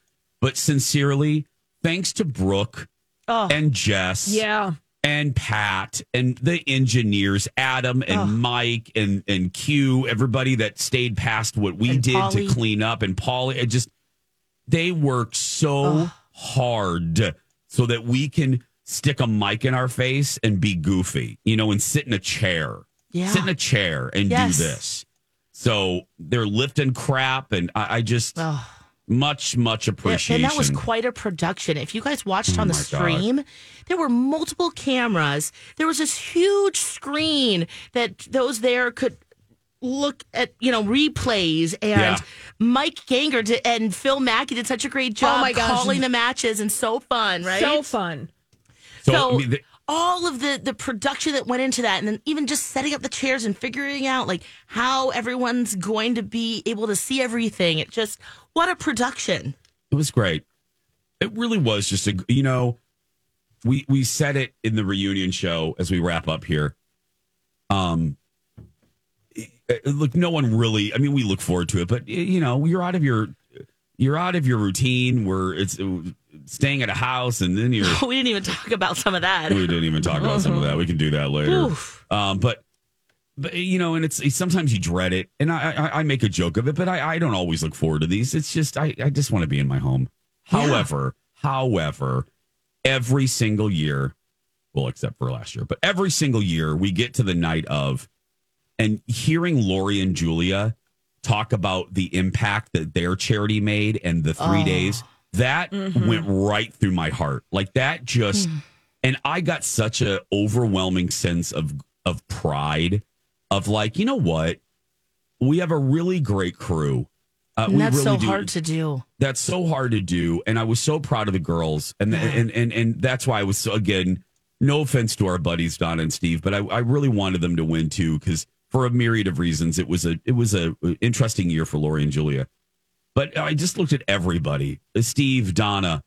Speaker 1: But sincerely, thanks to Brooke and Jess,
Speaker 3: Yeah.
Speaker 1: and Pat and the engineers, Adam and Mike and and Q, everybody that stayed past what we
Speaker 2: And
Speaker 1: did
Speaker 2: Polly.
Speaker 1: to clean up, and Paul, it just they work so hard so that we can stick a mic in our face and be goofy, you know, and sit in a chair,
Speaker 2: Yeah.
Speaker 1: sit in a chair and
Speaker 2: Yes.
Speaker 1: do this. So they're lifting crap, and I, I just
Speaker 2: Oh.
Speaker 1: much much appreciation. Oh
Speaker 2: And that was quite a production. If you guys watched on the
Speaker 1: my God.
Speaker 2: stream, there were multiple cameras. There was this huge screen that those there could look at, you know, replays. And
Speaker 1: Yeah.
Speaker 2: Mike Ganger did, and Phil Mackey did such a great job
Speaker 3: Oh my gosh.
Speaker 2: calling the matches and so fun, right?
Speaker 3: So fun.
Speaker 1: so. I
Speaker 2: So
Speaker 1: mean, the-
Speaker 2: all of the the production that went into that, and then even just setting up the chairs and figuring out like how everyone's going to be able to see everything. It just what a production.
Speaker 1: It was great. It really was just a you know, we we said it in the reunion show as we wrap up here. Um eh, look no one really I mean we look forward to it but eh, you know you're out of your you're out of your routine where it's eh, staying at a house and then you're
Speaker 2: [laughs] We didn't even talk about some of that.
Speaker 1: we didn't even talk about some of that we can do that later
Speaker 2: Oof.
Speaker 1: um but but you know and it's it's- sometimes you dread it and I, I i make a joke of it but i i don't always look forward to these it's just i i just want to be in my home however however every single year well except for last year but every single year we get to the night of and hearing Lori and Julia talk about the impact that their charity made and the three
Speaker 2: Ah.
Speaker 1: days, that
Speaker 2: Mm-hmm.
Speaker 1: went right through my heart. Like that just
Speaker 2: Hmm.
Speaker 1: and I got such a overwhelming sense of of pride of like, you know what? We have a really great crew. Uh,
Speaker 2: And that's
Speaker 1: we really
Speaker 2: so
Speaker 1: do
Speaker 2: hard to do.
Speaker 1: that's so hard to do and i was so proud of the girls and and and, and that's why i was so, again no offense to our buddies don and steve but i, I really wanted them to win too because for a myriad of reasons it was a it was a interesting year for lori and julia but i just looked at everybody uh, steve donna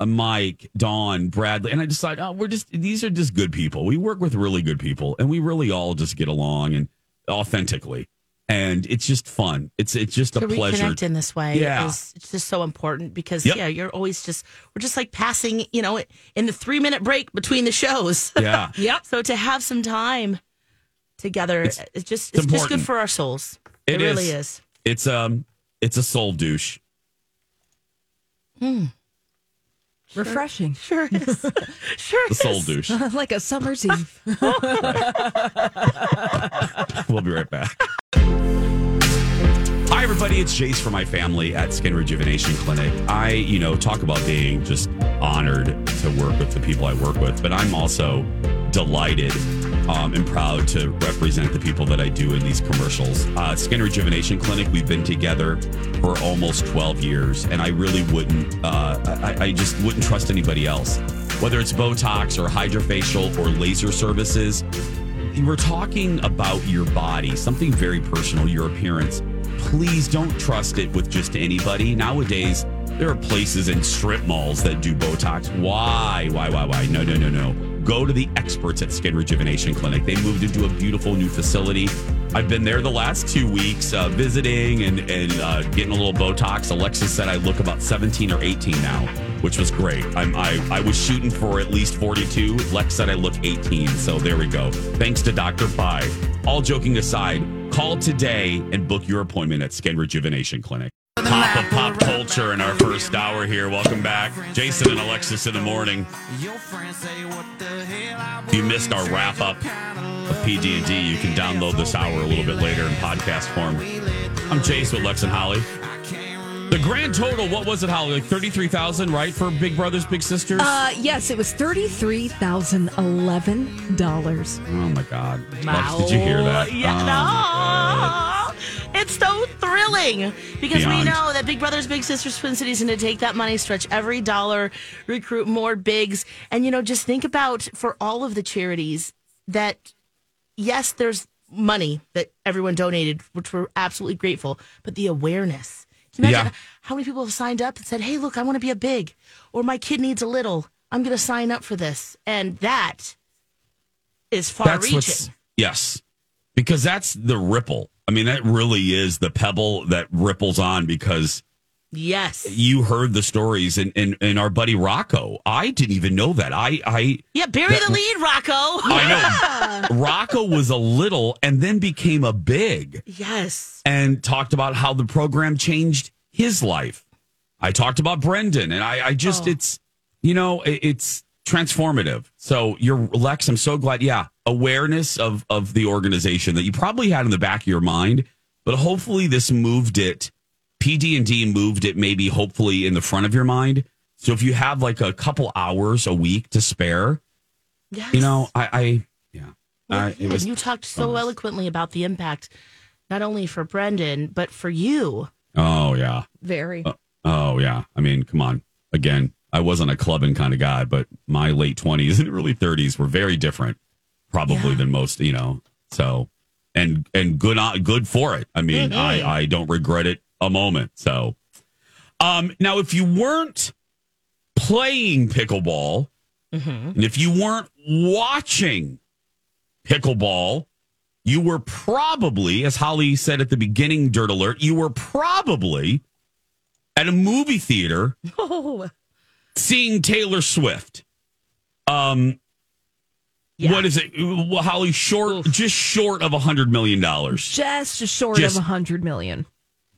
Speaker 1: uh, mike don bradley and i just thought oh we're just these are just good people we work with really good people and we really all just get along and authentically and it's just fun it's it's just a
Speaker 2: to
Speaker 1: pleasure
Speaker 2: reconnect in this way
Speaker 1: Yeah.
Speaker 2: is it's just so important because
Speaker 1: Yep.
Speaker 2: yeah, you're always just we're just like passing, you know, in the three minute break between the shows. [laughs]
Speaker 1: yeah
Speaker 3: Yep.
Speaker 2: so to have some time together, it's, just it's, just good
Speaker 1: important.
Speaker 2: for our souls.
Speaker 1: It
Speaker 2: It, really
Speaker 1: is.
Speaker 2: is.
Speaker 1: It's um, it's a soul douche.
Speaker 3: [laughs] Refreshing.
Speaker 2: Sure is. sure
Speaker 1: The soul
Speaker 2: is.
Speaker 1: douche.
Speaker 3: like a summer's eve.
Speaker 1: We'll be right back. Hi, everybody. It's Jace from my family at Skin Rejuvenation Clinic. I, you know, talk about being just honored to work with the people I work with, but I'm also delighted um, and proud to represent the people that I do in these commercials. Uh, Skin Rejuvenation Clinic, we've been together for almost 12 years, and I really wouldn't, uh, I, I just wouldn't trust anybody else. Whether it's Botox or hydrofacial or laser services, you were talking about your body, something very personal, your appearance. Please don't trust it with just anybody. Nowadays, there are places in strip malls that do Botox. Why? Why, why, why? No, no, no, no. Go to the experts at Skin Rejuvenation Clinic. They moved into a beautiful new facility. I've been there the last two weeks uh, visiting and, and uh, getting a little Botox. Alexis said I look about 17 or 18 now, which was great. I'm, I, I was shooting for at least 42. Lex said I look 18. So there we go. Thanks to Dr. Pi. All joking aside, call today and book your appointment at Skin Rejuvenation Clinic. Pop of pop culture in our first hour here. Welcome back. Jason and Alexis in the morning. If you missed our wrap up of PD&D, you can download this hour a little bit later in podcast form. I'm Chase with Lex and Holly. The grand total, what was it, Holly? Like 33,000, right, for Big Brothers Big Sisters?
Speaker 3: [laughs] Uh, yes, it was $33,011.
Speaker 1: oh my god. Lex, did you hear that?
Speaker 2: Yeah,
Speaker 1: Oh, my God.
Speaker 2: no. It's so thrilling because
Speaker 1: Beyond.
Speaker 2: we know that Big Brothers Big Sisters Twin Cities is going to take that money, stretch every dollar, recruit more bigs, and you know just think about for all of the charities that yes, there's money that everyone donated, which we're absolutely grateful, but the awareness. Can you imagine
Speaker 1: Yeah.
Speaker 2: how many people have signed up and said, "Hey, look, I want to be a big," or "My kid needs a little. I'm going to sign up for this," and that is
Speaker 1: That's
Speaker 2: far-reaching.
Speaker 1: what's yes. Because that's the ripple. I mean, that really is the pebble that ripples on because
Speaker 2: Yes.
Speaker 1: you heard the stories and, and, and our buddy Rocco. I didn't even know that. I, I,
Speaker 2: Yeah, bury the lead, Rocco.
Speaker 1: I know Rocco was a little and then became a big
Speaker 2: [laughs] Yes.
Speaker 1: and talked about how the program changed his life. I talked about Brendan and I, I just, it's, you know, it, it's transformative. So you're Lex. I'm so glad. Yeah. Awareness of, of the organization that you probably had in the back of your mind, but hopefully this moved it. PD and D moved it maybe hopefully in the front of your mind. So if you have like a couple hours a week to spare,
Speaker 2: Yes.
Speaker 1: you know, I, I yeah, I, it
Speaker 2: And
Speaker 1: was
Speaker 2: you talked so
Speaker 1: bonus.
Speaker 2: eloquently about the impact, not only for Brendan, but for you.
Speaker 1: Oh yeah.
Speaker 3: Very.
Speaker 1: Oh yeah. I mean, come on. Again, I wasn't a clubbing kind of guy, but my late twenties [laughs] and early thirties were very different, probably than most. You know, so and and good on good for it. I mean, I I don't regret it a moment. So, um, now if you weren't playing pickleball, and if you weren't watching pickleball. You were probably, as Holly said at the beginning, Dirt Alert, you were probably at a movie theater
Speaker 2: Oh,
Speaker 1: seeing Taylor Swift. Um, what is it, Well, Holly? Short, just short of a hundred million dollars.
Speaker 3: Just short
Speaker 1: Just-
Speaker 3: of a hundred million.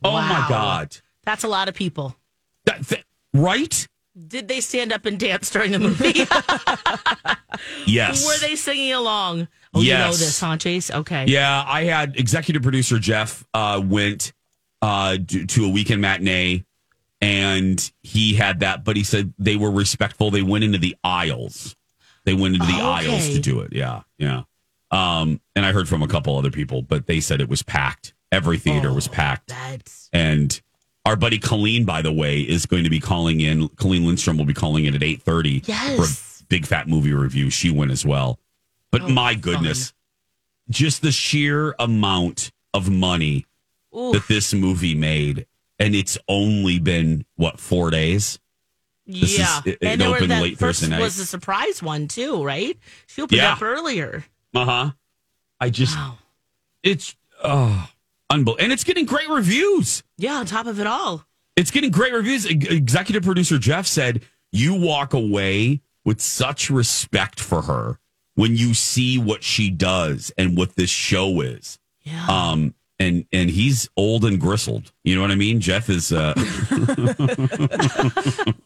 Speaker 1: Oh my
Speaker 2: Wow.
Speaker 1: God!
Speaker 2: that's a lot of people.
Speaker 1: That, that- right?
Speaker 2: Did they stand up and dance during
Speaker 1: [laughs]
Speaker 2: the movie? [laughs]
Speaker 1: Yes.
Speaker 2: Were they singing along? Oh, you know
Speaker 1: Yes.
Speaker 2: this, huh, Chase? Okay.
Speaker 1: Yeah, I had executive producer Jeff uh, went uh, d- to a weekend matinee, and he had that. But he said they were respectful. They went into the aisles. They went into the aisles
Speaker 2: Oh, Okay.
Speaker 1: to do it. Yeah, yeah. Um, and I heard from a couple other people, but they said it was packed. Every theater was
Speaker 2: Oh,
Speaker 1: packed.
Speaker 2: That's
Speaker 1: And our buddy Colleen, by the way, is going to be calling in. Colleen Lindstrom will be calling in at eight thirty
Speaker 2: Yes. Oh,
Speaker 1: for a big fat movie review. She went as well. But my goodness, just the sheer amount of money
Speaker 2: Ooh.
Speaker 1: that this movie made, and it's only been what four days. This is-
Speaker 2: yeah.
Speaker 1: it- it
Speaker 2: and there were
Speaker 1: opened
Speaker 2: that
Speaker 1: late
Speaker 2: first
Speaker 1: Thursday night.
Speaker 2: was the surprise one too, right? She opened
Speaker 1: Yeah.
Speaker 2: up earlier.
Speaker 1: Uh huh. I just,
Speaker 2: Wow.
Speaker 1: it's oh, unbelievable, and it's getting great reviews.
Speaker 2: Yeah. On top of it all,
Speaker 1: It's getting great reviews. Ex- Executive producer Jeff said, You walk away with such respect for her when you see what she does and what this show is.
Speaker 2: yeah.
Speaker 1: Um, and and he's old and gristled. You know what I mean? Jeff is.
Speaker 2: [laughs]
Speaker 1: Uh, [laughs]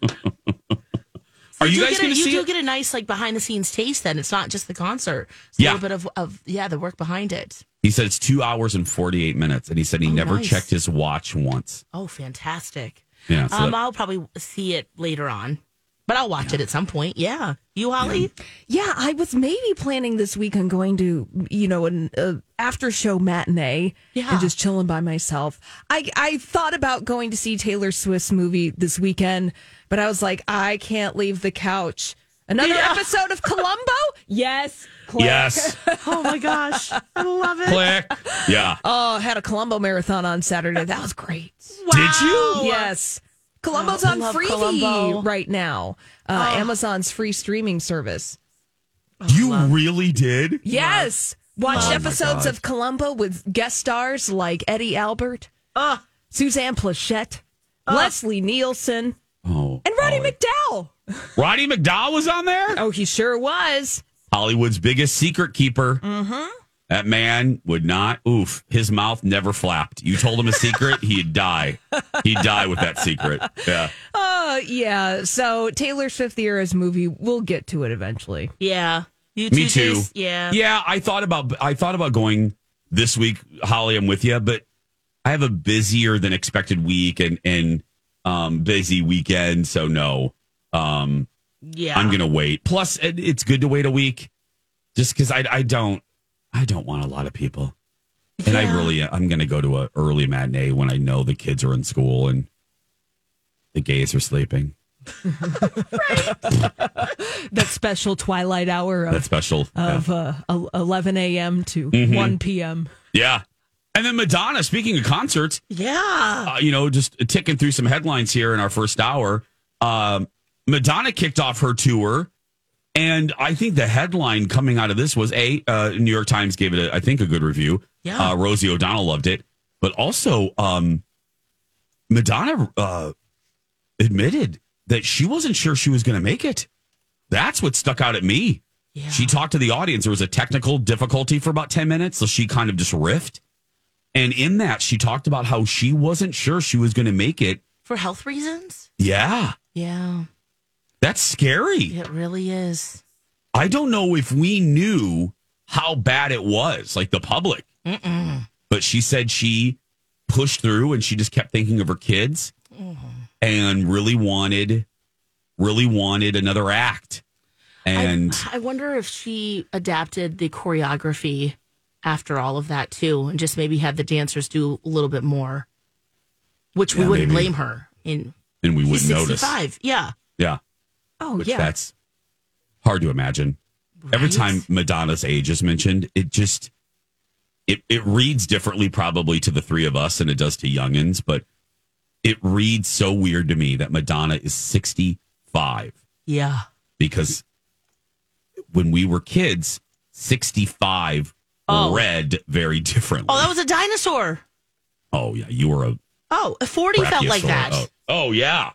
Speaker 1: are you
Speaker 2: do
Speaker 1: guys
Speaker 2: get a-
Speaker 1: going to
Speaker 2: you
Speaker 1: see
Speaker 2: do
Speaker 1: it?
Speaker 2: get a nice like behind the scenes taste. Then it's not just the concert. It's
Speaker 1: Yeah.
Speaker 2: a little bit of, of yeah the work behind it.
Speaker 1: He said it's two hours and forty eight minutes, and he said he
Speaker 2: Oh,
Speaker 1: never
Speaker 2: nice.
Speaker 1: checked his watch once.
Speaker 2: Oh, fantastic.
Speaker 1: Yeah, so
Speaker 2: um,
Speaker 1: that-
Speaker 2: I'll probably see it later on, but I'll watch it at some point. Yeah. You, Holly?
Speaker 3: Yeah, I was maybe planning this week on going to you know an uh, after show matinee
Speaker 2: Yeah.
Speaker 3: and just chilling by myself. I I thought about going to see Taylor Swift's movie this weekend, but I was like, I can't leave the couch. Another
Speaker 2: Yeah.
Speaker 3: episode
Speaker 2: [laughs]
Speaker 3: of Columbo? Yes. click.
Speaker 1: yes,
Speaker 2: [laughs] Oh my gosh. I love it. [laughs]
Speaker 1: click. Yeah,
Speaker 3: Oh, I had a Columbo marathon on Saturday. That was great.
Speaker 2: [laughs]
Speaker 1: did you?
Speaker 3: Yes. Columbo's
Speaker 2: Oh, I
Speaker 3: on
Speaker 2: love
Speaker 3: Freevee
Speaker 2: Columbo. Oh.
Speaker 3: right now. Uh, Amazon's free streaming service.
Speaker 1: You really did.
Speaker 3: Yes. Watched
Speaker 1: Oh, my
Speaker 3: episodes
Speaker 1: God.
Speaker 3: of Columbo with guest stars like Eddie Albert,
Speaker 2: Ah.
Speaker 3: Suzanne Plachette, Leslie Nielsen,
Speaker 1: Ah. Oh,
Speaker 3: and Roddy
Speaker 1: Holly.
Speaker 3: McDowell.
Speaker 1: Roddy McDowell was on there.
Speaker 3: Oh, he sure was.
Speaker 1: Hollywood's biggest secret keeper. Mm-hmm. That man would not. Oof, his mouth never flapped. You told him a secret, he'd die. He'd die with that secret. Yeah,
Speaker 3: Uh, yeah. So Taylor Swift the Eras movie, we'll get to it eventually.
Speaker 2: Yeah. You
Speaker 1: me too.
Speaker 2: Jace? Yeah.
Speaker 1: yeah. I thought about I thought about going this week. Holly, I'm with you, but I have a busier than expected week and and um, busy weekend. So no, um,
Speaker 2: Yeah.
Speaker 1: I'm gonna wait. Plus, it, it's good to wait a week, just because I I don't I don't want a lot of people. And I really, I'm going to go to a early matinee when I know the kids are in school and the gays are sleeping.
Speaker 3: That special twilight hour
Speaker 1: That
Speaker 3: of,
Speaker 1: special. Yeah. Mm-hmm.
Speaker 3: of uh, el- 11 a.m. to 1 p.m.
Speaker 1: Yeah. And then Madonna, speaking of concerts,
Speaker 2: Yeah.
Speaker 1: uh, you know, just ticking through some headlines here in our first hour. Um, Madonna kicked off her tour And I think the headline coming out of this was a uh, New York Times gave it, a, I think, a good review.
Speaker 2: Yeah.
Speaker 1: Uh, Rosie O'Donnell loved it, but also um, Madonna uh, admitted that she wasn't sure she was going to make it. That's what stuck out at me.
Speaker 2: Yeah.
Speaker 1: She talked to the audience. There was a technical difficulty for about 10 minutes, so she kind of just riffed. And in that, she talked about how she wasn't sure she was going to make it.
Speaker 2: For health reasons?
Speaker 1: Yeah,
Speaker 2: Yeah,
Speaker 1: that's scary.
Speaker 2: it really is.
Speaker 1: I don't know if we knew how bad it was, like the public. But she said she pushed through and she just kept thinking of her kids and really wanted, really wanted another act. And
Speaker 2: I wonder if she adapted the choreography after all of that too, and just maybe had the dancers do a little bit more, which we
Speaker 1: Yeah,
Speaker 2: wouldn't
Speaker 1: maybe.
Speaker 2: blame her. In
Speaker 1: and we
Speaker 2: she's
Speaker 1: wouldn't notice.
Speaker 2: 65, yeah,
Speaker 1: Yeah.
Speaker 3: Oh,
Speaker 1: Which
Speaker 3: yeah.
Speaker 1: that's hard to imagine. Every
Speaker 2: Right?
Speaker 1: time Madonna's age is mentioned, it just it it reads differently probably to the three of us than it does to youngins, but it reads so weird to me that Madonna is 65
Speaker 2: yeah,
Speaker 1: because when we were kids, 65
Speaker 2: Oh.
Speaker 1: read very differently.
Speaker 2: Oh, that was a dinosaur.
Speaker 1: Oh, yeah, you were a
Speaker 2: Oh, 40 felt like
Speaker 1: Brachiosaur.
Speaker 2: that.
Speaker 1: Oh. Oh, yeah.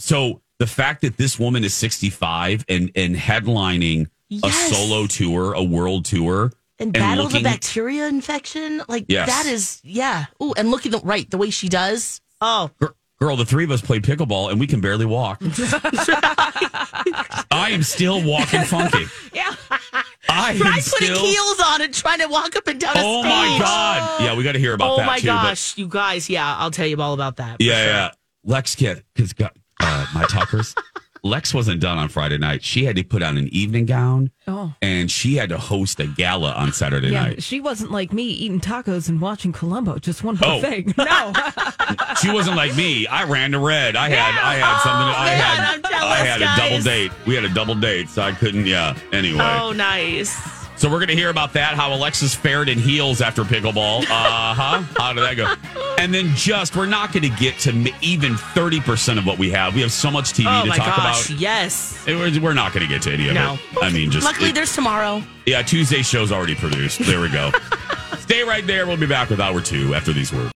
Speaker 1: So the fact that this woman is 65 and and headlining a
Speaker 2: Yes.
Speaker 1: solo tour, a world tour,
Speaker 2: And battle
Speaker 1: looking-
Speaker 2: the bacteria infection, like
Speaker 1: Yes.
Speaker 2: that is yeah. Oh, and look at the right the way she does. Oh,
Speaker 1: Gir- Girl, the three of us played pickleball and we can barely
Speaker 2: [laughs]
Speaker 1: walk. I am still walking funky.
Speaker 2: [laughs]
Speaker 3: Yeah.
Speaker 1: I am
Speaker 2: I putting
Speaker 1: still.
Speaker 2: heels on and trying to walk up and down a
Speaker 1: oh
Speaker 2: stage.
Speaker 1: my god! Yeah, we got to hear about
Speaker 2: Oh
Speaker 1: that
Speaker 2: my
Speaker 1: too. but-
Speaker 2: gosh, you guys! Yeah, I'll tell you all about that.
Speaker 1: yeah, yeah. Lex kid, because uh, my
Speaker 2: [laughs]
Speaker 1: talkers. Lex wasn't done on Friday night. She had to put on an evening gown,
Speaker 3: Oh.
Speaker 1: and she had to host a gala on Saturday
Speaker 3: Yeah,
Speaker 1: night.
Speaker 3: she wasn't like me eating tacos and watching Columbo, just one
Speaker 1: Oh. [laughs]
Speaker 3: whole thing. No.
Speaker 1: She wasn't like me. I ran to red. I had I had something. I
Speaker 2: Oh, man,
Speaker 1: had
Speaker 2: I'm jealous,
Speaker 1: I had a double
Speaker 2: guys.
Speaker 1: date. We had a double date, so I couldn't. Yeah. Anyway,
Speaker 2: Oh, nice.
Speaker 1: so we're gonna hear about that. How Alexis fared in heels after
Speaker 2: [laughs]
Speaker 1: pickleball. Uh huh. how did that go? And then just we're not gonna get to m- even thirty percent of what we have. We have so much TV
Speaker 2: Oh
Speaker 1: to
Speaker 2: my
Speaker 1: talk
Speaker 2: gosh!
Speaker 1: about.
Speaker 2: Yes.
Speaker 1: It was- we're not going to get to any of
Speaker 2: No.
Speaker 1: it. I mean, just
Speaker 2: Luckily,
Speaker 1: it-
Speaker 2: there's tomorrow.
Speaker 1: yeah. Tuesday show's already produced. There we go. Stay right there. We'll be back with hour two after these words.